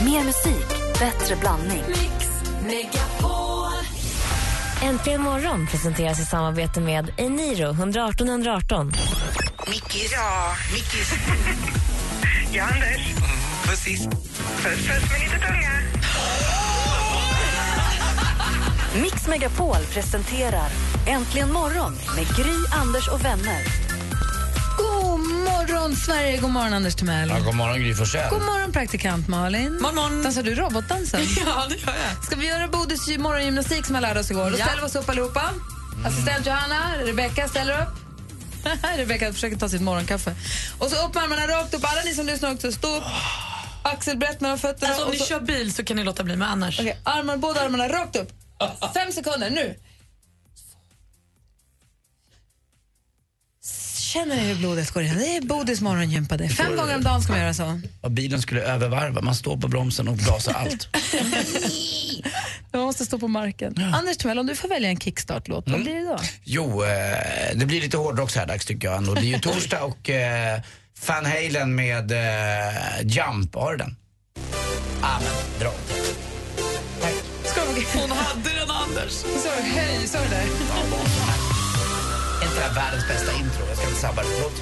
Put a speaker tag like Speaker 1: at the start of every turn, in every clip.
Speaker 1: Mer musik, bättre blandning.
Speaker 2: Mix Megapol.
Speaker 3: Äntligen morgon presenteras i samarbete med Eniro 118 118.
Speaker 4: Mickis. Ja, Mickis.
Speaker 5: Ja, Anders.
Speaker 6: Mm,
Speaker 4: Precis.
Speaker 5: Puss, puss med lite tunga.
Speaker 1: Mix Megapol presenterar Äntligen morgon med Gry, Anders och vänner.
Speaker 7: God morgon, Sverige! God morgon, Anders Timell.
Speaker 8: Ja, god morgon, Gry Forssell.
Speaker 7: God morgon, praktikant Malin.
Speaker 2: Morgon, morgon.
Speaker 7: Dansar du robotdansen?
Speaker 2: Ja, det gör jag.
Speaker 7: Ska vi göra Bodis gy- morgongymnastik som jag lärde oss igår? Då
Speaker 2: Ja.
Speaker 7: ställer vi oss upp allihopa. Assistent Johanna, Rebecka ställer upp. Rebecka försöker ta sitt morgonkaffe. Och så upp med armarna rakt upp. Alla ni som lyssnar också, stå upp. Axelbrett mellan fötterna.
Speaker 2: Alltså, om
Speaker 7: och
Speaker 2: ni
Speaker 7: så-
Speaker 2: kör bil så kan ni låta bli, men annars...
Speaker 7: Okej, armar, båda armarna rakt upp. Fem sekunder, nu. Känner ni hur blodet går in? Det är Bodis morgongympa det. Fem gånger om dagen ska man göra så.
Speaker 8: Och bilen skulle övervarva. Man står på bromsen och gasar allt.
Speaker 7: Man måste stå på marken. Anders Timell, om du får välja en kickstart-låt, vad blir det då?
Speaker 8: Jo, eh, det blir lite hårdrock så här dags tycker jag ändå. Det är ju torsdag och eh, Van Halen med eh, Jump. Har du den? Ah, men bra.
Speaker 7: Ska vi...
Speaker 2: Hon hade den, Anders.
Speaker 7: Så, hej, så är det.
Speaker 8: Är inte det här världens bästa intro? Jag ska inte sabba det. Förlåt.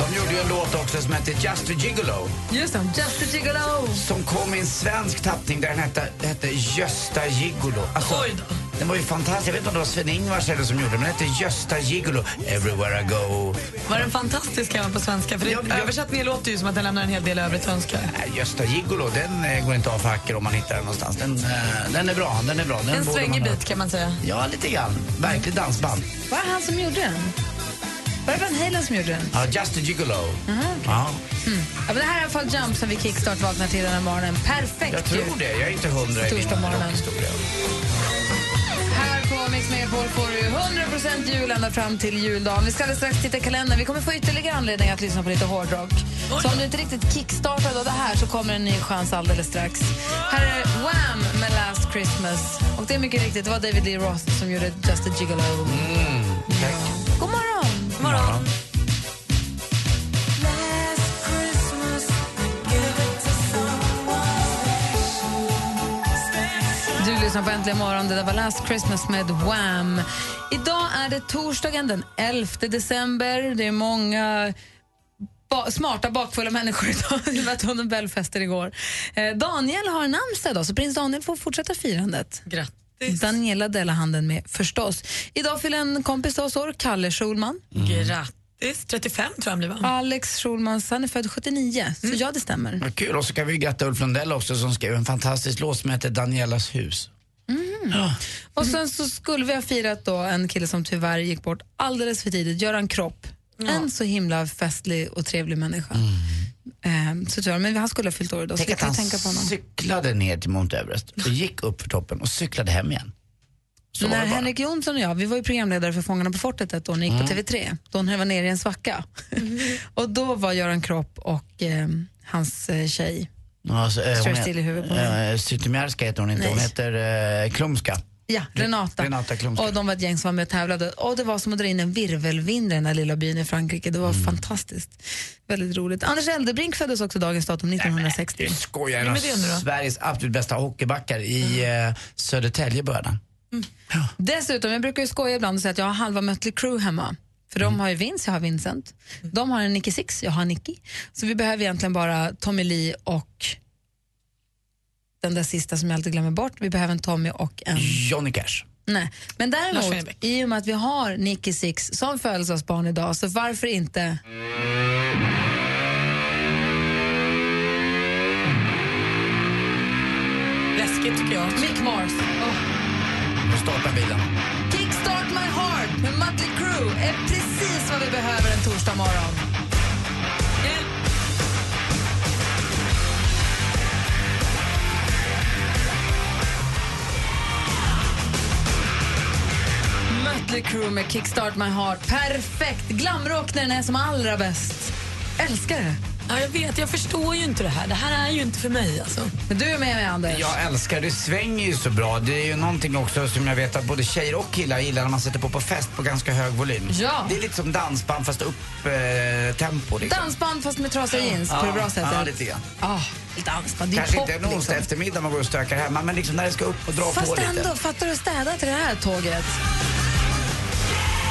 Speaker 8: De gjorde ju en låt också som hette Just a Gigolo.
Speaker 7: Just det, Just a gigolo.
Speaker 8: Som kom i en svensk tappning där den hette, hette Gösta Gigolo. Alltså,
Speaker 2: Oj då.
Speaker 8: Den var ju fantastisk. Jag vet inte om det var Sven-Ingvars eller som gjorde den, men den hette Gösta Gigolo. Everywhere I go.
Speaker 2: Var den fantastisk även på svenska? För det,
Speaker 8: Ja, ja.
Speaker 2: översättningen låter ju som att den lämnar en hel del övrigt att önska.
Speaker 8: Nej, Gösta Gigolo, den eh, går inte av för hacker om man hittar den någonstans. Den, eh, den är bra, den är bra. Den
Speaker 2: En
Speaker 8: borde
Speaker 2: svängig
Speaker 8: man ha.
Speaker 2: bit kan man säga.
Speaker 8: Ja, lite grann. Verkligt dansband.
Speaker 7: Var det han som gjorde den? Var det Van Halen som gjorde den?
Speaker 8: Ja, Just a Gigolo.
Speaker 7: Mhm,
Speaker 8: Ja,
Speaker 7: Ja, men det här är i alla fall Jump som vi kickstart vaknar till den här morgonen. Perfekt
Speaker 8: jag
Speaker 7: ju.
Speaker 8: tror det. Jag är inte hundra i min
Speaker 7: Torsdagsmorgonen.
Speaker 8: rockhistoria.
Speaker 7: Här på Mix Megapol får du 100% jul ända fram till juldagen. Vi ska alldeles strax titta i kalendern. Vi kommer få ytterligare anledning att lyssna på lite hårdrock. Så om du inte riktigt kickstartad av det här så kommer en ny chans alldeles strax. Här är Wham! med Last Christmas. Och det är mycket riktigt, det var David Lee Roth som gjorde Just a Gigolo. God morgon!
Speaker 2: Morgon.
Speaker 7: Du lyssnar på Äntligen morgon. Det där var Last Christmas med Wham. Idag är det torsdagen den 11 december. Det är många ba smarta, bakfulla människor idag. Det var Tone Bell-fester igår. Eh, Daniel har namnsdag idag, så prins Daniel får fortsätta firandet.
Speaker 2: Grattis.
Speaker 7: Daniela delar handen med, förstås. Idag fyller en kompis till oss år, Kalle Schulman.
Speaker 2: Grattis. 35 tror jag han blir, va?
Speaker 7: Alex Schulman, han är född 79, så ja, det stämmer.
Speaker 8: Vad kul. Och så kan vi gratta Ulf Lundell också som skrev en fantastisk låt som heter Danielas hus.
Speaker 7: Och sen så skulle vi ha firat då en kille som tyvärr gick bort alldeles för tidigt, Göran Kropp. En så himla festlig och trevlig människa. Ehm, så tyvärr, men han skulle ha fyllt år idag, så
Speaker 8: Mm. Tänk
Speaker 7: vi kan
Speaker 8: att han
Speaker 7: ju tänka på honom.
Speaker 8: cyklade ner till Mount Everest och gick upp för toppen och cyklade hem igen. Så var
Speaker 7: När
Speaker 8: det bara. Mm.
Speaker 7: Henrik Jonsson och jag, vi var ju programledare för Fångarna på fortet ett år när jag gick på TV3, då hon var nere i en svacka. och då var Göran Kropp och ehm, hans eh, tjej,
Speaker 8: Ja, så, eh,
Speaker 7: Kör
Speaker 8: hon het-
Speaker 7: still i huvudet på mig.
Speaker 8: eh, Zytomierska heter hon inte, hon
Speaker 7: Nej.
Speaker 8: heter eh, Klumska.
Speaker 7: ja, Renata.
Speaker 8: Renata Klumska.
Speaker 7: och de var ett gäng som var med och tävlade. Och det var som att dra in en virvelvind i den här lilla byn i Frankrike. Det var fantastiskt. Väldigt roligt. Anders Eldebrink föddes också dagens datum 1960.
Speaker 8: Skojar, en
Speaker 2: Vem
Speaker 8: av
Speaker 2: är det nu då?
Speaker 8: Sveriges absolut bästa hockeybackar i eh, Södertälje började han.
Speaker 7: Dessutom, jag brukar ju skoja ibland och säga att jag har halva Mötley Crüe hemma. För de har ju Vince, jag har Vincent. De har en Nicky Six, jag har Nicky. Så vi behöver egentligen bara Tommy Lee och den där sista som jag alltid glömmer bort. Vi behöver en Tommy och en...
Speaker 8: Johnny Cash.
Speaker 7: Nej. Men
Speaker 2: Lars
Speaker 7: däremot,
Speaker 2: Winnerbäck.
Speaker 7: i och med att vi har Nicky Six som födelsedagsbarn idag, så varför inte...
Speaker 2: Läskigt tycker jag.
Speaker 7: Mick Mars. Åh.
Speaker 8: Nu startar bilen.
Speaker 7: Kickstart My Heart med Mötley Crüe är precis vad vi behöver en torsdag morgon.
Speaker 2: My
Speaker 7: Mötley Crüe med Kickstart My Heart. Perfekt! Glamrock när den är som allra bäst. Älskar det.
Speaker 2: Ja, jag vet, jag förstår ju inte det här. Det här är ju inte för mig alltså.
Speaker 7: Men du är med mig, Anders.
Speaker 8: Jag älskar, det svänger ju så bra. Det är ju någonting också som jag vet att både tjejer och killar gillar när man sätter på på fest på ganska hög volym.
Speaker 7: Ja.
Speaker 8: Det är lite som dansband fast upp eh, tempo liksom.
Speaker 7: Dansband fast med trasiga jeans på det bra sättet.
Speaker 8: Ja, lite grann.
Speaker 7: Ah, dansband, det är
Speaker 8: Kanske
Speaker 7: pop
Speaker 8: inte en onsdag
Speaker 7: liksom.
Speaker 8: eftermiddag man går och stökar hemma men liksom när det ska upp och dra på
Speaker 7: Fast
Speaker 8: lite.
Speaker 7: ändå, fattar du städa till det här tåget?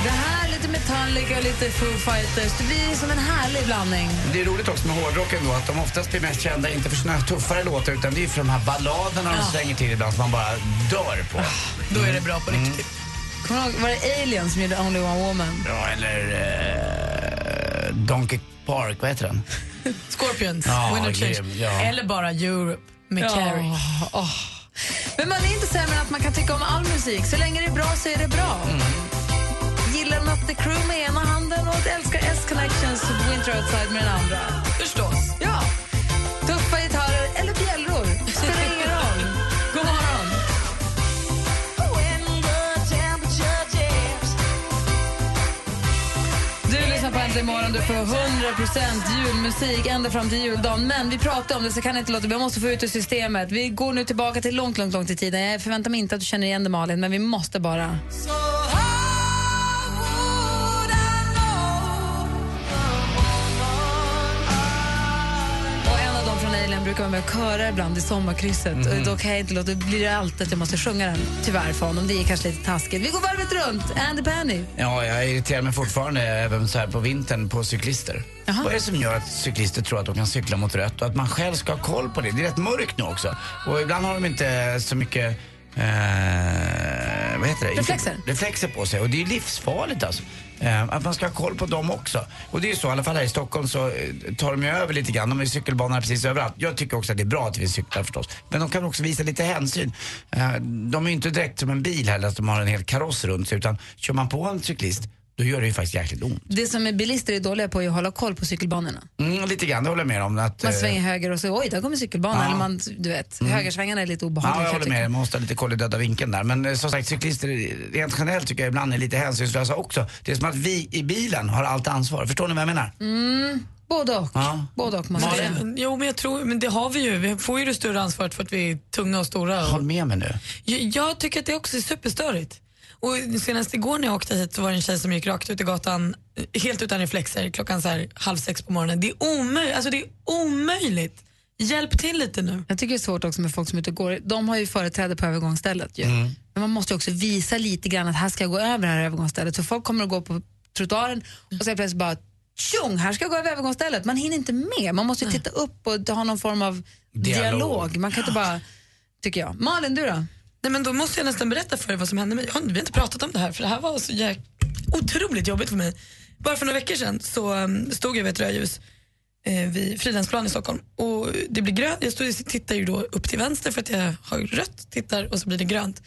Speaker 7: Det här, lite Metallica och lite Foo Fighters. Det blir som en härlig blandning.
Speaker 8: Det är roligt också med hårdrocken då att de oftast blir mest kända inte för sina tuffare låtar utan det är ju för de här balladerna de slänger till ibland som man bara dör på.
Speaker 2: Då är det bra på riktigt.
Speaker 7: Mm. Kommer du ihåg, var det Alien som gjorde Only One Woman?
Speaker 8: Ja, eller eh, Donkey Park, vad heter den?
Speaker 2: Scorpions,
Speaker 8: Ja,
Speaker 2: Winner Change.
Speaker 8: grym, ja.
Speaker 2: Eller bara Europe med Carrie.
Speaker 7: Åh, åh. Men man är inte sämre än att man kan tycka om all musik. Så länge det är bra så är det bra.
Speaker 2: Mm.
Speaker 7: Gillar Mötley Crüe med ena handen och älskar S-Connections Winter Outside med den andra.
Speaker 2: Förstås.
Speaker 7: Ja, tuffa gitarrer eller bjällror. Spelar ingen roll. God morgon. Du lyssnar på Äntligen morgon, du får 100% julmusik ända fram till juldagen. Men vi pratade om det så kan jag inte låta bli. Jag måste få ut det ur systemet. Vi går nu tillbaka till långt, långt, långt i tiden. Jag förväntar mig inte att du känner igen det Malin, men vi måste bara. Och en av dem från Alien brukar vara med och köra ibland i sommarkrysset. Och då kan jag inte låta bli det alltid att jag måste sjunga den. Tyvärr för honom, det är kanske lite taskigt. Vi går varvet runt. Andy Penny.
Speaker 8: Ja, jag irriterar mig fortfarande även så här på vintern på cyklister.
Speaker 7: Jaha.
Speaker 8: Vad är det som gör att cyklister tror att de kan cykla mot rött och att man själv ska ha koll på det? Det är rätt mörkt nu också. Och ibland har de inte så mycket... Eh, vad heter det?
Speaker 7: Reflexer.
Speaker 8: Inte, reflexer på sig. Och det är livsfarligt alltså. Eh, att man ska ha koll på dem också. Och det är ju så, i alla fall här i Stockholm så eh, tar de ju över lite grann. De har ju cykelbanor precis överallt. Jag tycker också att det är bra att vi cyklar förstås. Men de kan också visa lite hänsyn. Eh, de är ju inte direkt som en bil heller, att de har en hel kaross runt sig. Utan kör man på en cyklist, då gör det ju faktiskt jäkligt ont.
Speaker 7: Det som är bilister är dåliga på är att hålla koll på cykelbanorna.
Speaker 8: Mm, lite grann, det håller jag med om. Att,
Speaker 7: Man
Speaker 8: eh,
Speaker 7: svänger höger och så, oj, där kommer cykelbanan.
Speaker 8: Ja. Mm.
Speaker 7: Eller man, du vet, högersvängarna är lite
Speaker 8: Ja,
Speaker 7: obehagliga.
Speaker 8: jag
Speaker 7: kan
Speaker 8: håller
Speaker 7: tycka.
Speaker 8: med. Man måste ha lite koll i döda vinkeln där. Men eh, som sagt, cyklister rent generellt tycker jag ibland är lite hänsynslösa också. Det är som att vi i bilen har allt ansvar. Förstår ni vad jag menar?
Speaker 7: Mm. Både och.
Speaker 8: Ja.
Speaker 7: Både och måste jag säga.
Speaker 2: Det, jo, men jag tror, men det har vi ju. Vi får ju det större ansvaret för att vi är tunga och stora.
Speaker 8: Håll med mig nu.
Speaker 2: Jag, jag tycker att det också är superstörigt. Och senast igår när jag åkte hit så var det en tjej som gick rakt ut i gatan eh, helt utan reflexer klockan så här halv sex på morgonen. Det är omöjligt. Alltså det är omöjligt. Hjälp till lite nu.
Speaker 7: Jag tycker det är svårt också med folk som är ute och går. De har ju företräde på övergångsstället. Ju.
Speaker 8: Mm.
Speaker 7: Men man måste ju också visa lite grann att här ska jag gå över det här övergångsstället. För folk kommer att gå på trottoaren och så plötsligt bara tjong, här ska jag gå över övergångsstället. Man hinner inte med. Man måste ju titta upp och ha någon form av dialog.
Speaker 8: Dialog.
Speaker 7: Man kan inte bara, tycker jag. Malin, du då?
Speaker 2: Nej, men då måste jag nästan berätta för er vad som hände mig. Jag har- Vi har inte pratat om det här för det här var så jäk... otroligt jobbigt för mig. Bara för några veckor sedan så um, stod jag vid ett rödljus eh, vid Fridhemsplan i Stockholm och det blir grönt. Jag stod, och tittar ju då upp till vänster för att jag har rött, tittar och så blir det grönt.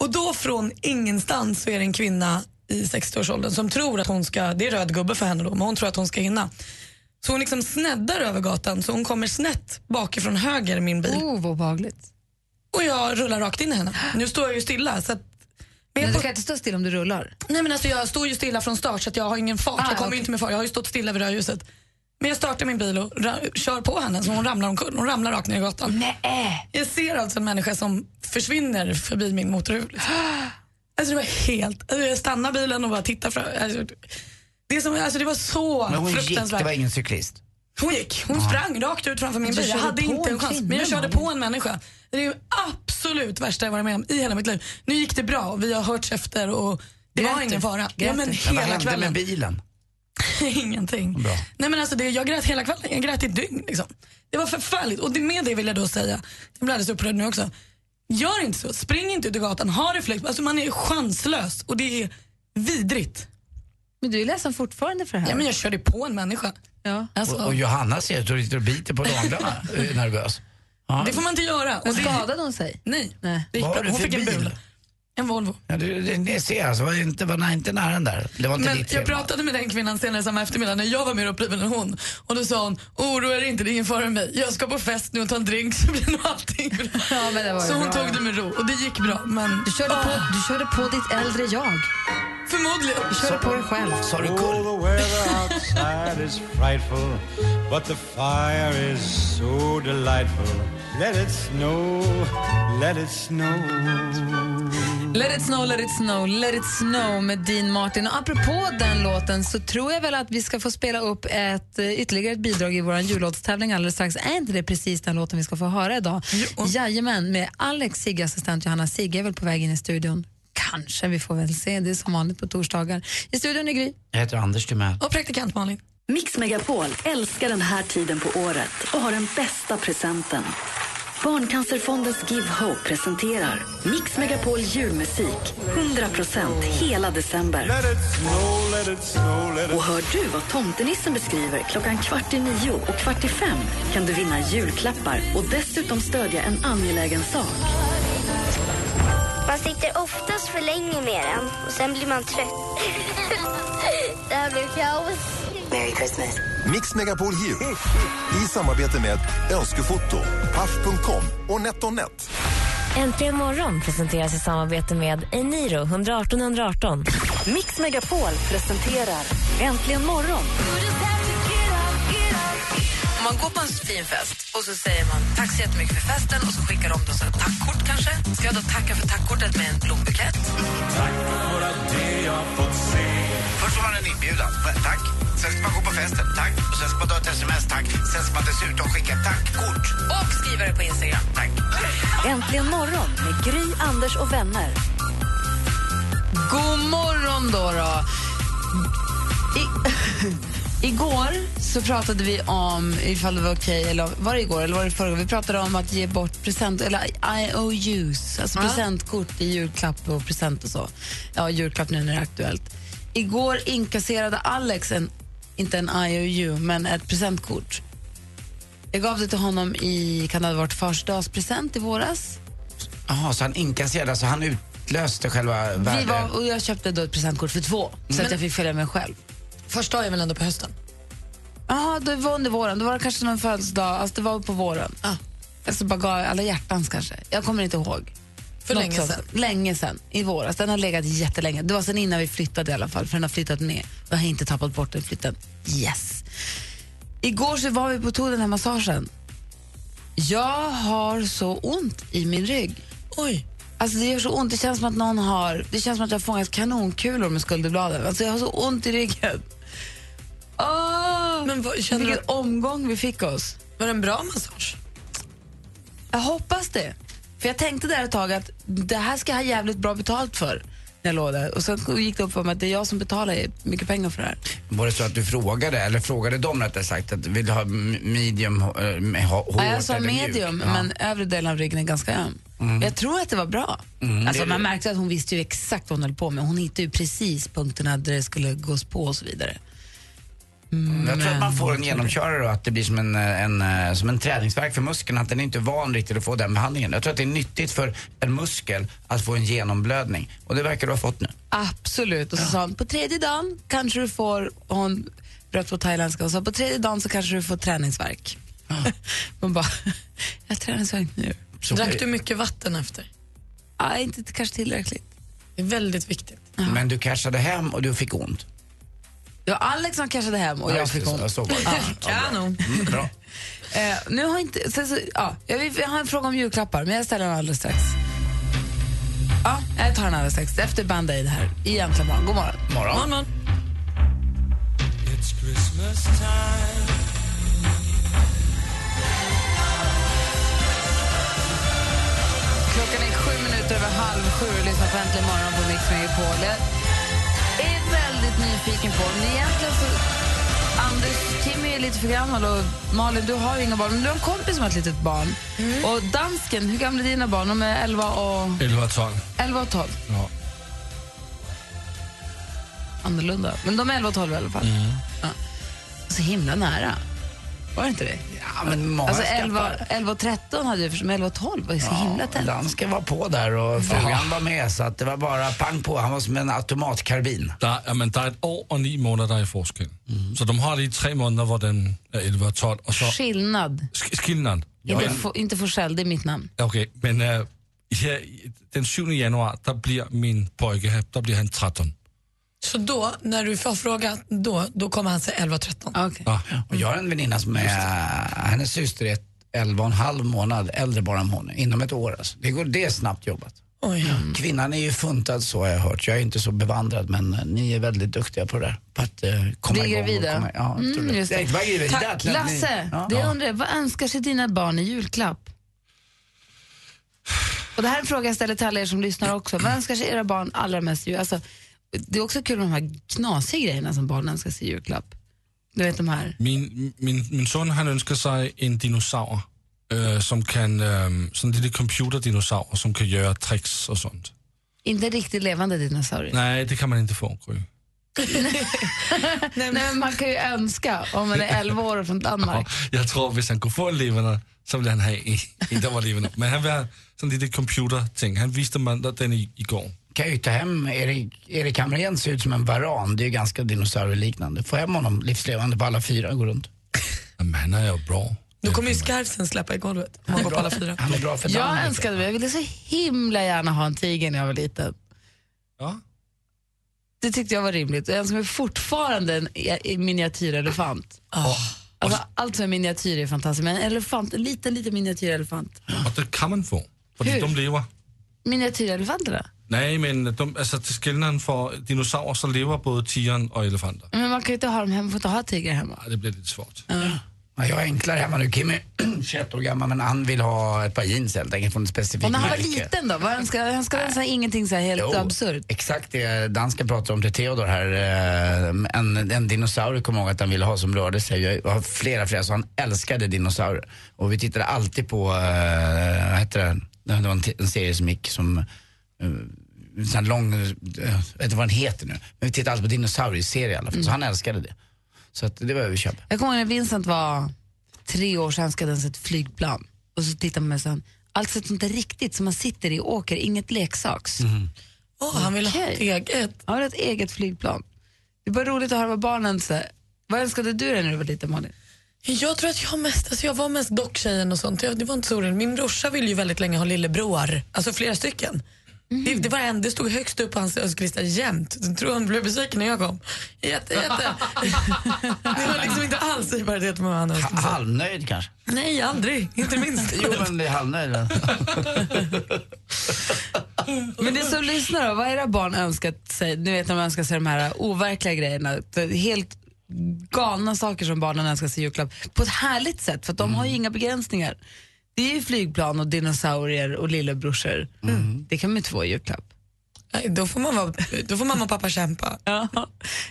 Speaker 2: Och då från ingenstans så är det en kvinna i 60-årsåldern som tror att hon ska, det är röd gubbe för henne då, men hon tror att hon ska hinna. Så hon liksom sneddar över gatan så hon kommer snett bakifrån höger i min bil
Speaker 7: Oh, vad obehagligt.
Speaker 2: och jag rullar rakt in i henne. Nu står jag ju stilla. Så att,
Speaker 7: Men
Speaker 2: men jag,
Speaker 7: du kan inte stå still om du rullar.
Speaker 2: nej, men alltså, jag står ju stilla från start så att jag har ingen fart.
Speaker 7: Ah,
Speaker 2: jag kommer
Speaker 7: okej.
Speaker 2: ju inte med fart. Jag har ju stått stilla vid rödljuset. Men jag startar min bil och ra- kör på henne så hon ramlar omkull. Hon ramlar rakt ner i gatan.
Speaker 7: Nej.
Speaker 2: Jag ser alltså en människa som försvinner förbi min motorhuv. Liksom. Alltså det var helt... Alltså, jag stannar bilen och bara tittar fram. Alltså, det, är som, alltså, det var så
Speaker 8: Men hon gick,
Speaker 2: fruktansvärt.
Speaker 8: det var ingen cyklist.
Speaker 2: Hon gick, hon sprang rakt ut framför min
Speaker 7: Du
Speaker 2: bil. Jag
Speaker 7: körde
Speaker 2: hade
Speaker 7: på
Speaker 2: inte
Speaker 7: en
Speaker 2: en chans.
Speaker 7: kvinna,
Speaker 2: Men jag körde
Speaker 7: Malin.
Speaker 2: på en människa. Det är ju absolut värsta jag varit med om i hela mitt liv. Nu gick det bra, vi har hörts efter och det
Speaker 7: Grät
Speaker 2: var
Speaker 7: du?
Speaker 2: ingen fara. Ja,
Speaker 7: Grät
Speaker 2: men
Speaker 7: du?
Speaker 8: Men vad
Speaker 2: hela
Speaker 8: hände med
Speaker 2: kvällen.
Speaker 8: bilen?
Speaker 2: Ingenting.
Speaker 8: Bra.
Speaker 2: Nej, men alltså det, jag grät hela kvällen, jag grät i ett dygn. Liksom. Det var förfärligt. Och det, med det vill jag då säga, jag blir alldeles upprörd nu också. Gör inte så, spring inte ut i gatan, ha reflex. Alltså man är chanslös och det är vidrigt.
Speaker 7: Men du är ledsen fortfarande för det här.
Speaker 2: Ja, men jag körde på en människa.
Speaker 7: Ja.
Speaker 2: Alltså,
Speaker 8: Och, och Johanna ser ut och sitter och biter på naglarna. och är nervös. Ja.
Speaker 2: det får man inte göra. Och
Speaker 7: Men
Speaker 2: det,
Speaker 7: skadade hon sig?
Speaker 2: nej,
Speaker 7: Nej.
Speaker 2: det gick
Speaker 8: Vad
Speaker 2: bra.
Speaker 8: har du
Speaker 2: Hon
Speaker 8: för
Speaker 2: fick en
Speaker 8: bil?
Speaker 2: bula. En Volvo.
Speaker 8: Ja, du, det- ni ser alltså, var inte, var nej, inte nära den där. Det var inte
Speaker 2: Men
Speaker 8: ditt fel.
Speaker 2: jag pratade med den kvinnan senare samma eftermiddag när jag var mer uppriven än hon. Och då sa hon, oroa er inte, det är ingen fara med mig. Jag ska på fest nu och ta en drink så blir nog allting bra.
Speaker 7: Ja, men det var ju
Speaker 2: så hon
Speaker 7: bra.
Speaker 2: tog det med ro och det gick bra. Men
Speaker 7: Du körde, på, du körde på ditt äldre jag.
Speaker 2: förmodligen.
Speaker 7: Du körde på dig själv.
Speaker 8: Sa du
Speaker 9: Oh,
Speaker 8: kull?
Speaker 9: the weather outside is frightful, but the fire is so delightful. Let it snow, let it snow.
Speaker 7: Let it snow, let it snow, let it snow med Dean Martin. Och apropå den låten så tror jag väl att vi ska få spela upp ett, eh, ytterligare ett bidrag i vår jullåtstävling alldeles strax. Är inte det precis den låten vi ska få höra idag?
Speaker 2: Jo.
Speaker 7: Jajamän, med Alex Sigge, assistent Johanna Sigge är väl på väg in i studion. Kanske, vi får väl se. Det är som vanligt på torsdagar. I studion är Gry.
Speaker 8: Jag heter Anders Timell.
Speaker 2: Och praktikant Malin.
Speaker 1: Mix Megapol älskar den här tiden på året och har den bästa presenten. Barncancerfondens Give Hope presenterar Mix Megapol julmusik 100% hela december.
Speaker 9: Let it snow, let it snow, let it
Speaker 1: Och hör du vad tomtenissen beskriver klockan kvart i nio och kvart i fem kan du vinna julklappar och dessutom stödja en angelägen sak.
Speaker 10: Man sitter oftast för länge med den och sen blir man trött. det här blir kaos.
Speaker 4: Merry Christmas.
Speaker 11: Mix Megapol Hue i samarbete med Önskefoto, Paff.com och NetOnNet.
Speaker 3: Äntligen morgon presenteras i samarbete med Eniro 118 118.
Speaker 1: Mix Megapol presenterar Äntligen morgon
Speaker 12: Om man går på en fin fest och så säger man tack så jättemycket för festen och så skickar de då så här tackkort kanske. Ska jag då tacka för tackkortet med en blombukett?
Speaker 8: Först får man en inbjudan. Tack. Sen ska man gå på festen. Tack. Och sen ska man ta ett sms. Tack. Sen ska man dessutom skicka tackkort.
Speaker 12: Och skriva det på Instagram.
Speaker 8: Tack.
Speaker 1: Äntligen morgon med Gry, Anders och vänner.
Speaker 7: God morgon då. då. I, igår så pratade vi om ifall det var okej, eller var det igår eller var det förra? Vi pratade om att ge bort present, eller IOUs, alltså presentkort i julklapp och present och så. Ja, julklapp nu när det är aktuellt. Igår inkasserade Alex, en, inte en IOU, men ett presentkort. Jag gav det till honom i, kan det ha varit försdagspresent i våras?
Speaker 8: Jaha, så han inkasserade, alltså han utlöste själva
Speaker 7: Vi
Speaker 8: värdet.
Speaker 7: var, och jag köpte då ett presentkort för två, så att jag fick följa med själv.
Speaker 2: Första är väl ändå på hösten?
Speaker 7: Jaha, det var under våren. Det var kanske någon födelsedag. Alltså det var på våren.
Speaker 2: Ah.
Speaker 7: Alltså bara gav alla hjärtans kanske. Jag kommer inte ihåg.
Speaker 2: För
Speaker 7: Något
Speaker 2: länge
Speaker 7: sånt.
Speaker 2: sedan.
Speaker 7: Länge sedan, i våras. Den har legat jättelänge. Det var sen innan vi flyttade i alla fall, för den har flyttat med. Jag har inte tappat bort den flytten. Yes. Igår så var vi på tog den här massagen. Jag har så ont i min rygg.
Speaker 2: Oj.
Speaker 7: Alltså det gör så ont. Det känns som att någon har Det känns som att jag har fångat kanonkulor med skulderbladen. Alltså jag har så ont i ryggen. Åh!
Speaker 2: Ah. Men vad, känner du,
Speaker 7: Vilken omgång vi fick oss.
Speaker 2: var det en bra massage?
Speaker 7: Jag hoppas det. För jag tänkte där ett tag att det här ska jag ha jävligt bra betalt för. När jag låg där. Och sen gick det upp för mig att det är jag som betalar mycket pengar för det här.
Speaker 8: Var det så att du frågade, eller frågade dem rättare sagt, att vill du ha m- medium, eh, med hå- hårt
Speaker 7: Ja, jag sa
Speaker 8: eller mjukt?
Speaker 7: medium,
Speaker 8: Ja. Mm.
Speaker 7: men övre delen av ryggen är ganska öm. Jag tror att det var bra. alltså, man märkte att hon visste ju exakt vad hon höll på med. Hon hittade ju precis punkterna där det skulle gås på och så vidare.
Speaker 8: Jag tror att man får en genomkörare och att det blir som en, eh, en, eh, som en träningsverk för muskeln, att den är inte van riktigt att få den behandlingen. Jag tror att det är nyttigt för en muskel att få en genomblödning och det verkar du ha fått nu.
Speaker 7: Absolut. Och så sa hon, på tredje dagen kanske du får, och hon bröt på thailändska och sa, på tredje dagen så kanske du får träningsverk. Man bara, jag har träningsvärk nu.
Speaker 8: Så-
Speaker 2: Drack du mycket vatten efter?
Speaker 7: Ah, inte t- kanske tillräckligt.
Speaker 2: Det är väldigt viktigt.
Speaker 8: Men du cashade hem och du fick ont.
Speaker 7: Det var Alex som cashade hem och jag
Speaker 8: just det,
Speaker 7: fick
Speaker 8: så-
Speaker 7: ont.
Speaker 8: Jag såg bara.
Speaker 2: Kanon.
Speaker 8: Mm, bra.
Speaker 7: Eh, nu har inte, sen så, ja, jag, vill, jag har en fråga om julklappar, men jag ställer den alldeles strax. Ja, jag tar den alldeles strax. Efter Band Aid här i Äntligen morgon. God morgon.
Speaker 8: Morgon.
Speaker 2: Morgon, morgon.
Speaker 9: It's Christmas time.
Speaker 7: Klockan är sju minuter över halv sju och lyssnar på Äntligen morgon på Mix Megapol. Jag är väldigt nyfiken på om ni egentligen så... Anders, Timmy är lite för gammal och Malin, du har ju inga barn. Men du har en kompis som har ett litet barn. Och dansken, hur gamla är dina barn? De är 11 och,
Speaker 9: 11 12.
Speaker 7: 11 och 12.
Speaker 9: Ja.
Speaker 7: Annorlunda. Men de är 11 och 12 i alla fall. Ja. Så himla nära. Var det inte det?
Speaker 8: Ja, Ja, men många
Speaker 7: Alltså
Speaker 8: skrattar.
Speaker 7: 11, 11 och 13 hade du, men 11 och 12 var ju så himla tätt.
Speaker 8: Dansken var på där och frugan var med så att det var bara pang på. Han var som en automatkarbin.
Speaker 13: Der, er, men der er et år og ni måneder, der er i forskel. Så de har lige tre måneder, hvor den er 11 og 12, og så
Speaker 7: Skillnad.
Speaker 13: sk- skillnaden.
Speaker 7: Inte, for, inte Forsell, det är mitt namn.
Speaker 13: Okay, men øh, her, i- den 7. januar, der bliver min pojke, der bliver han 13.
Speaker 2: Så då, när du får fråga, då, då kommer han säga 11 och 13.
Speaker 8: Ja. Och jag har en väninna som är, hennes syster är 11 och en halv månad äldre bara än hon. Inom ett år alltså. Det går det är snabbt jobbat. Kvinnan är ju funtad så har jag hört. Jag är inte så bevandrad men eh, ni är väldigt duktiga på det där. På att eh, komma
Speaker 7: Bli
Speaker 8: igång.
Speaker 7: gravida. Mm,
Speaker 8: Och komma, ja, jag tror det.
Speaker 7: just
Speaker 8: Jag tänkte bara gravida.
Speaker 7: Tack.
Speaker 8: Det lät ni-
Speaker 7: Lasse,
Speaker 8: Ja.
Speaker 7: det jag undrar, vad önskar sig dina barn i julklapp? Och det här är en fråga jag ställer till alla er som lyssnar också. Vad önskar sig era barn allra mest? i jul? Alltså, det är också kul med de här knasiga grejerna som barn önskar sig i julklapp. Du vet de här.
Speaker 13: Min, min, min son, han ønsker sig en dinosaur, øh, som kan, øh, sådan en lille computerdinosaur, som kan gøre tricks og sådan.
Speaker 7: Inte riktigt levande dinosaurier.
Speaker 13: Nej, det kan man inte få, Gry.
Speaker 7: Nej, men man kan ju önska om man är 11 år och från Danmark.
Speaker 13: Jeg tror, hvis han kunne få en levende, så ville han have en, en der var levende. Men han vil have sådan en lille computerting. Han viste mig den i, i går.
Speaker 8: kan ju ta hem Erik, Erik Hamrén ser ut som en varan. Det är ju ganska dinosaurieliknande. Få hem honom livslevande på alla fyra går runt.
Speaker 13: Jamen, han er jo bra.
Speaker 2: Då kommer ju skarvsen släppa i golvet. om Man går på alla fyra.
Speaker 8: Han är bra för
Speaker 7: Jag önskade mig, jag ville så himla gärna ha en tiger när jag var liten.
Speaker 13: Ja.
Speaker 7: Det tyckte jag var rimligt. Jag önskar mig fortfarande en e- en miniatyrelefant. Alltså, allt som är miniatyr är fantastiskt, men en elefant, en liten, liten miniatyrelefant.
Speaker 13: Og det kan man få, fordi
Speaker 7: Hur?
Speaker 13: de lever.
Speaker 7: Miniatyrelefanterna?
Speaker 13: Nej, men de, altså til skillnaden for dinosaurer, så lever både tigeren och elefanter.
Speaker 7: Men man kan ju inte ha dem hemma, man får inte ha tigrar hemma.
Speaker 13: Nej, det bliver lidt svårt.
Speaker 8: Ja, jag är enklare hemma nu. Kim är 21 år gammal men han vill ha ett par jeans helt enkelt från ett specifikt
Speaker 7: Och när han var
Speaker 8: märke.
Speaker 7: liten då? Vad önskade han? Önskade han så här, ingenting så här helt
Speaker 8: Jo,
Speaker 7: absurt?
Speaker 8: Exakt det dansken pratade om till Theodor här. eh, En, en dinosaurie kom jag ihåg att han ville ha som rörde sig. Jag har flera, flera, så han älskade dinosaurier. Och vi tittade alltid på, eh, vad hette det, det var en, t- en serie som gick som, eh, en sån här lång, eh, jag vet inte vad den heter nu. Men vi tittade alltid på dinosaurieserier i alla fall, så han älskade det. Så att det var överköp.
Speaker 7: Jag kommer ihåg när Vincent var tre år så önskade han sig ett flygplan. Och så tittade man med sen. Alltså ett sånt där riktigt som man sitter i och åker, inget leksaks.
Speaker 2: Åh, han vill ha ett eget.
Speaker 7: Han vill ha ett eget flygplan. Det är bara roligt att höra vad barnen säger. Vad önskade du dig när du var liten Malin?
Speaker 2: Jag tror att jag mest, alltså jag var mest docktjejen och sånt. Jag, det var inte så roligt. Min brorsa ville ju väldigt länge ha lillebror, alltså flera stycken. Det, det var en, det stod högst upp på hans önskelista jämt. Jag tror han blev besviken när jag kom. Jätte, jätte. det var liksom inte alls i paritet med vad han önskade.
Speaker 8: Halvnöjd kanske?
Speaker 2: Nej, aldrig. Inte minst.
Speaker 8: Jo, men det är halvnöjd.
Speaker 7: Men det som lyssnar då, vad är era barn önskat sig? Nu vet de önskar sig de här äh, overkliga grejerna. Helt galna saker som barnen önskar sig i julklapp. På ett härligt sätt, för att de
Speaker 2: Mm.
Speaker 7: har ju inga begränsningar. Det är ju flygplan och dinosaurier och lillebrorsor.
Speaker 2: Mm.
Speaker 7: Det kan man ju inte få i julklapp.
Speaker 2: Nej, då, får man vara, då får mamma och pappa kämpa.
Speaker 7: Ja.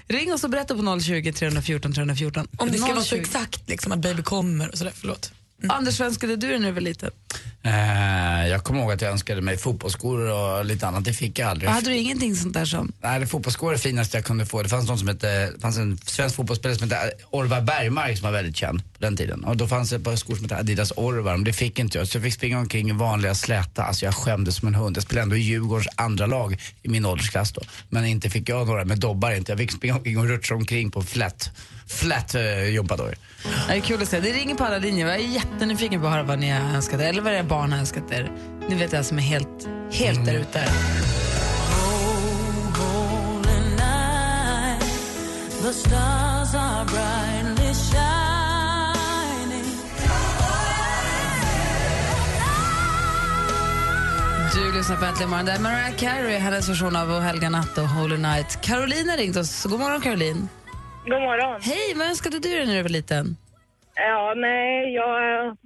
Speaker 7: Ring oss och berätta på 020 314 314.
Speaker 2: Om det ska vara så
Speaker 7: 020.
Speaker 2: exakt liksom, att baby kommer och sådär. Förlåt.
Speaker 7: Anders, vad önskade du dig när du var liten?
Speaker 8: Eh, jag kommer ihåg att jag önskade mig fotbollsskor och lite annat. Det fick jag aldrig.
Speaker 7: Hade du ingenting sånt där som...
Speaker 8: Nej, det fotbollsskor är det finaste jag kunde få. Det fanns, någon som hette, det fanns en svensk fotbollsspelare som hette Orvar Bergmark som var väldigt känd på den tiden. Och då fanns det ett par skor som hette Adidas Orvar, men det fick inte jag. Så jag fick springa omkring i vanliga släta. Alltså jag skämdes som en hund. Jag spelade ändå i Djurgårdens andra lag i min åldersklass då. Men inte fick jag några med dobbar inte. Jag fick springa omkring och rutscha omkring på flat, flat eh, jumpador.
Speaker 7: Ja, Det är kul att se. Det ringer på alla linjer. Jag är jättenyfiken på att höra vad ni har önskat er, eller vad era barn har önskat er. Nu vet jag som är helt, helt där ute. Du lyssnar på Äntligen morgon. Det är Mariah Carey, hennes version av O helga natt och Holy night. Caroline har ringt oss. God morgon, Caroline.
Speaker 5: God morgon.
Speaker 7: Hej, vad önskade du dig när du var liten?
Speaker 5: Ja, nej, jag,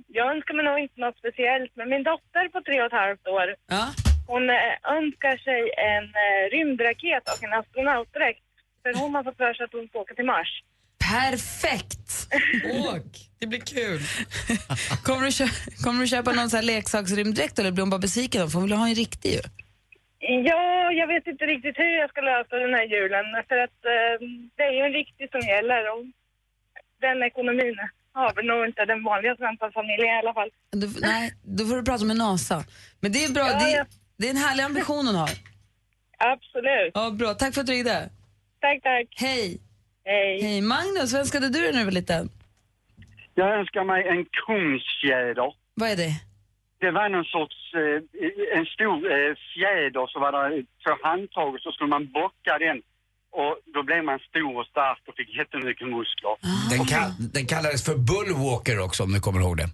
Speaker 5: jag önskar mig nog inte något speciellt, men min dotter på tre och ett halvt år, hon eh, önskar sig en eh, rymdraket och en astronautdräkt. För hon har fått för sig att hon ska åka till Mars.
Speaker 7: Perfekt!
Speaker 2: Åk, det blir kul.
Speaker 7: Kommer du, kö- kommer du köpa någon sån här leksaksrymddräkt eller blir hon bara besviken? då? För hon vill ha en riktig ju.
Speaker 5: Ja, jag vet inte riktigt hur jag ska lösa den här julen, för att eh, det är ju en riktig som gäller och den ekonomin. har vi nog inte den vanliga svenssonfamiljen i alla fall.
Speaker 7: Du, nej, då får du prata med NASA. Men det är bra.
Speaker 5: Ja,
Speaker 7: det, är-
Speaker 5: ja.
Speaker 7: det är en härlig ambition hon har.
Speaker 5: Absolut.
Speaker 7: Ja, bra. Tack för att du ringde.
Speaker 5: Tack, tack.
Speaker 7: Hej.
Speaker 5: Hej.
Speaker 7: Hej. Magnus, vad önskade du dig när du var liten?
Speaker 6: Jag önskar mig en kungsfjäder.
Speaker 7: Vad är det?
Speaker 6: Det var någon sorts, eh, en stor eh, fjäder så var det två handtag och så skulle man bocka den. Och då blev man stor och stark och fick jättemycket muskler.
Speaker 8: Den, kall, den kallades för bullwalker också om du kommer ihåg det.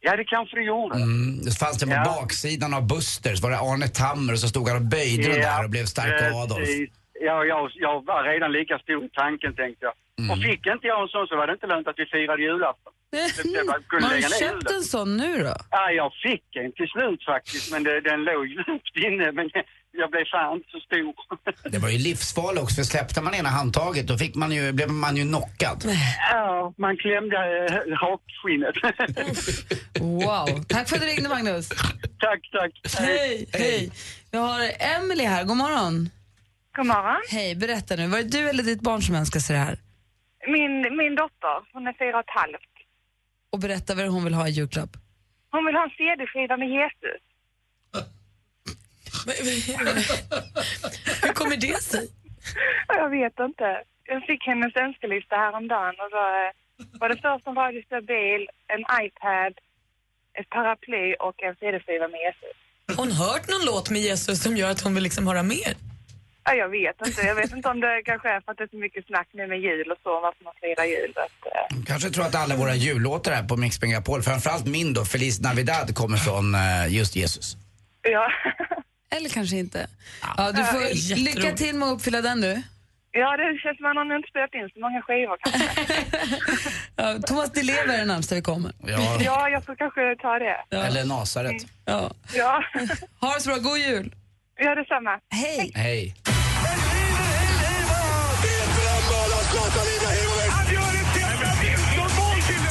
Speaker 6: Ja, det kanske det gjorde.
Speaker 8: Mm, det fanns det på baksidan av Buster, så var det Arne Tammer och så stod han och böjde den där och blev stark av Adolf.
Speaker 6: precis. Ja, jag, jag var redan lika stor i tanken tänkte jag.
Speaker 8: Mm.
Speaker 6: Och fick inte jag en sån så var det inte lönt att vi firade julafton. Det- det var- kunde
Speaker 7: Har du
Speaker 6: lägga ner
Speaker 7: köpt
Speaker 6: elden.
Speaker 7: en sån nu då?
Speaker 6: Ja, jag fick en till slut faktiskt, men det, den låg djupt inne. Men jag blev fan inte så stor.
Speaker 8: Det var ju livsfarligt också, för släppte man ena handtaget då fick man ju, blev man ju knockad.
Speaker 6: Ja, man klämde eh, hakskinnet.
Speaker 7: Wow. Tack för att du ringde, Magnus.
Speaker 6: tack, tack.
Speaker 7: Hej, hej. Jag har Emily här. God morgon.
Speaker 5: God morgon.
Speaker 7: Hej, berätta nu. Var det du eller ditt barn som önskade sig det här?
Speaker 5: Min, min dotter, hon är fyra och ett halvt.
Speaker 7: Och berätta vad hon vill ha i julklapp.
Speaker 5: Hon vill ha en CD-skiva med Jesus.
Speaker 2: Hur kommer det sig?
Speaker 5: Jag vet inte. Jag fick hennes önskelista häromdagen och då eh, var det först en radiostabil, en iPad, ett paraply och en CD-skiva med Jesus.
Speaker 2: Hon hört någon låt med Jesus som gör att hon vill liksom höra mer?
Speaker 5: Ja, jag vet inte. Jag vet inte om det kanske är för att det är så mycket snack nu med jul och så, om varför man firar jul. Att, eh,
Speaker 8: Kanske tror att alla våra jullåtar här på Mix Megapol, framförallt min då, Feliz Navidad, kommer från eh, just Jesus.
Speaker 5: ja.
Speaker 7: Eller kanske inte. Ja, du
Speaker 5: Ja,
Speaker 7: får
Speaker 5: jätteroligt.
Speaker 7: lycka till med att uppfylla den du.
Speaker 5: ja, det känns som att man har inte spelat in så många skivor kanske.
Speaker 7: Ja, Thomas Di Lever är det närmsta vi kommer.
Speaker 8: Ja.
Speaker 5: Ja, jag får kanske ta det.
Speaker 8: Eller Nasaret.
Speaker 7: Ja.
Speaker 5: Ja.
Speaker 7: Ha det så bra. God jul.
Speaker 5: Ja, detsamma.
Speaker 7: Hej.
Speaker 8: Hej.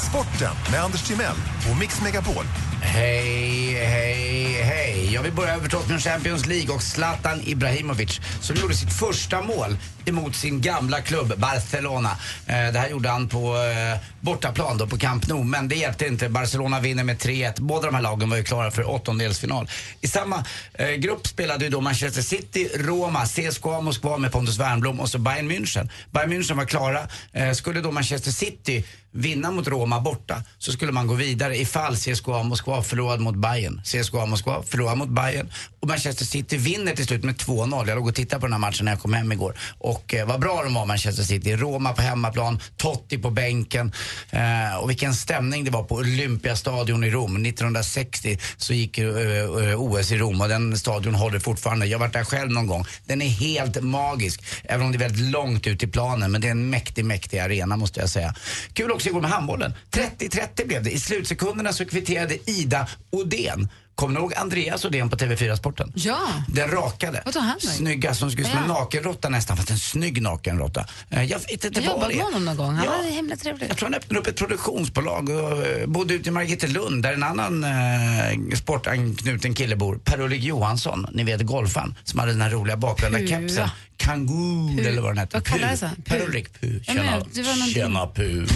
Speaker 11: Sporten med Anders Timell och Mix Megapol.
Speaker 8: Hej, hej, hej. Jag vill börja övertåt med Champions League och Zlatan Ibrahimovic som gjorde sitt första mål emot sin gamla klubb Barcelona. Eh, Det här gjorde han på eh, bortaplan då på Camp Nou, men det hjälpte inte. Barcelona vinner med 3-1. Båda de här lagen var ju klara för åttondelsfinal. I samma eh, grupp spelade ju då Manchester City, Roma, CSKA Moskva med Pontus Wernbloom och så Bayern München. Bayern München var klara. Eh, Skulle då Manchester City vinna mot Roma borta så skulle man gå vidare ifall CSKA Moskva förlorade mot Bayern. CSKA Moskva förlorade mot Bayern och Manchester City vinner till slut med 2-0. Jag låg och tittade på den här matchen när jag kom hem igår och eh, vad bra de var Manchester City. Roma på hemmaplan, Totti på bänken eh, och vilken stämning det var på Olympiastadion i Rom. 1960 så gick ju, eh, eh, OS i Rom och den stadion håller fortfarande. Jag har varit där själv någon gång. Den är helt magisk, även om det är väldigt långt ut i planen. Men det är en mäktig, mäktig arena måste jag säga. Kul också igår med handbollen. 30-30 blev det. I slutsekunderna så kvitterade Ida Odén. Kommer ni ihåg Andreas Odén på TV4 Sporten?
Speaker 7: Ja.
Speaker 8: Den rakade.
Speaker 7: Vad tog han vägen?
Speaker 8: Snygga som skulle ut som en nakenråtta nästan, fast en snygg nakenråtta. Eh, Jag vet inte
Speaker 7: Jag jobbade
Speaker 8: vad det
Speaker 7: med
Speaker 8: är.
Speaker 7: honom någon gång. Han
Speaker 8: Ja.
Speaker 7: var himla trevlig.
Speaker 8: Jag tror han öppnade upp ett produktionsbolag och eh, bodde ute i Margitelund där en annan eh, sportanknuten kille bor. Per-Ulrik Johansson, ni vet golfaren som hade den här roliga bakvända
Speaker 7: Pua.
Speaker 8: kepsen. Kangoo eller vad den hette.
Speaker 7: Vad kallades han? Pu?
Speaker 8: Per-Ulrik Pu.
Speaker 7: Ja, men
Speaker 8: Tjena,
Speaker 7: det var någonting-
Speaker 8: tjena Pu.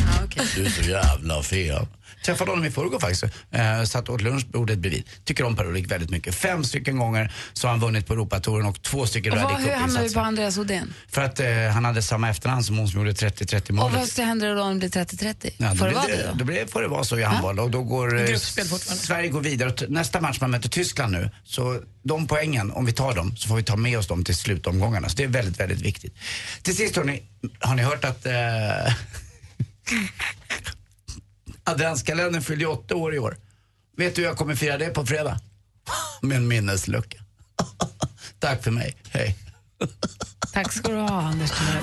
Speaker 8: Du är så jävla fet. Träffade honom i förrgår faktiskt. Eh, satt åt lunchbordet bredvid. Tycker om Per-Ulrik väldigt mycket. Fem stycken gånger så har han vunnit på Europatouren och två stycken
Speaker 7: Och
Speaker 8: Rydick
Speaker 7: vad, hur hamnade vi på
Speaker 8: Cup-insatser.
Speaker 7: Andreas Odén?
Speaker 8: För att eh, han hade samma efternamn som hon som gjorde 30-30
Speaker 7: Och
Speaker 8: målet.
Speaker 7: vad ska hända då om det blir 30-30?
Speaker 8: Ja, då
Speaker 7: Får det
Speaker 8: blir
Speaker 7: vara det då?
Speaker 8: då? blir- får det vara så i handboll. Och då går, eh, Sverige går vidare. Och t- Nästa match man möter Tyskland nu, så de poängen, om vi tar dem, så får vi ta med oss dem till slutomgångarna. Så det är väldigt, väldigt viktigt. Till sist hörni, har ni hört att eh, adventskalendern fyllde ju åtta år i år? Vet du hur jag kommer fira det på fredag? Med en minneslucka. Tack för mig, hej.
Speaker 7: Tack ska du ha, Anders Timell.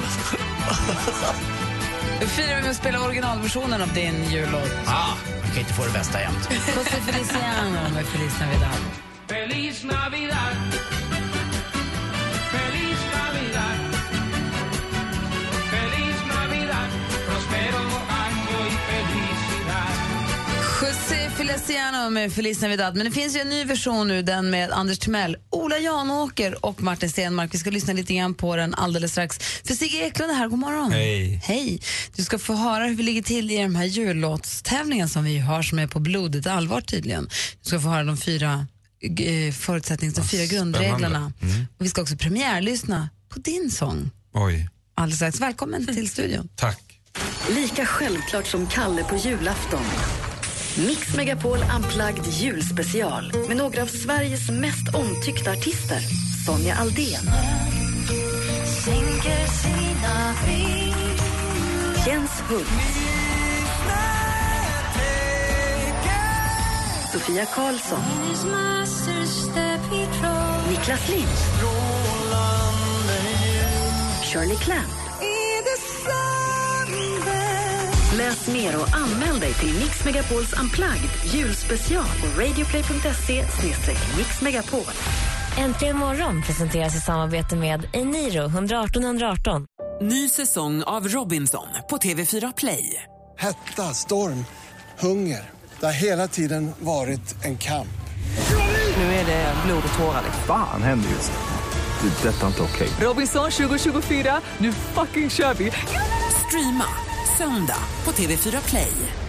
Speaker 7: Nu firar vi med att spela originalversionen av din jullåt.
Speaker 8: Ah, man kan inte få det bästa jämt.
Speaker 7: José Feliciano med Feliz Navidad.
Speaker 14: Feliz Navidad. Feliz Navidad. Feliz Navidad. Prospero año y felicidad.
Speaker 7: José Feliz Cristiano med Feliz Navidad. Men det finns ju en ny version nu, den med Anders Timell, Ola Janåker och Martin Stenmark. Vi ska lyssna lite grann på den alldeles strax. För Sigge Eklund är här, god morgon.
Speaker 13: Hej.
Speaker 7: Hej. Du ska få höra hur vi ligger till i de här jullåtstävlingen som vi har som är på blodigt allvar tydligen. Du ska få höra de fyra eh, förutsättningarna, de fyra grundreglerna.
Speaker 13: Mm.
Speaker 7: Och vi ska också premiärlyssna på din sång
Speaker 13: Oj,
Speaker 7: alldeles strax. Välkommen till studion.
Speaker 13: tack.
Speaker 1: Lika självklart som Kalle på julafton. Mix Megapol Unplugged julspecial med några av Sveriges mest omtyckta artister. Sonja Aldén. Jens Hult. Sofia Karlsson. Niklas Lind. Shirley Clamp. Läs mer och anmäl dig till Mix Megapols Unplugged julspecial på radioplay.se mixmegapol.
Speaker 3: Äntligen morgon presenteras i samarbete med Eniro 118 118.
Speaker 2: Ny säsong av Robinson på TV4 Play.
Speaker 15: Hetta, storm, hunger. Det har hela tiden varit en kamp.
Speaker 2: Nu är det blod och tårar.
Speaker 16: Fan händer just nu. Det. är Detta är inte okej.
Speaker 2: Robinson 2024, nu fucking kör vi! Streama söndag på TV4 Play.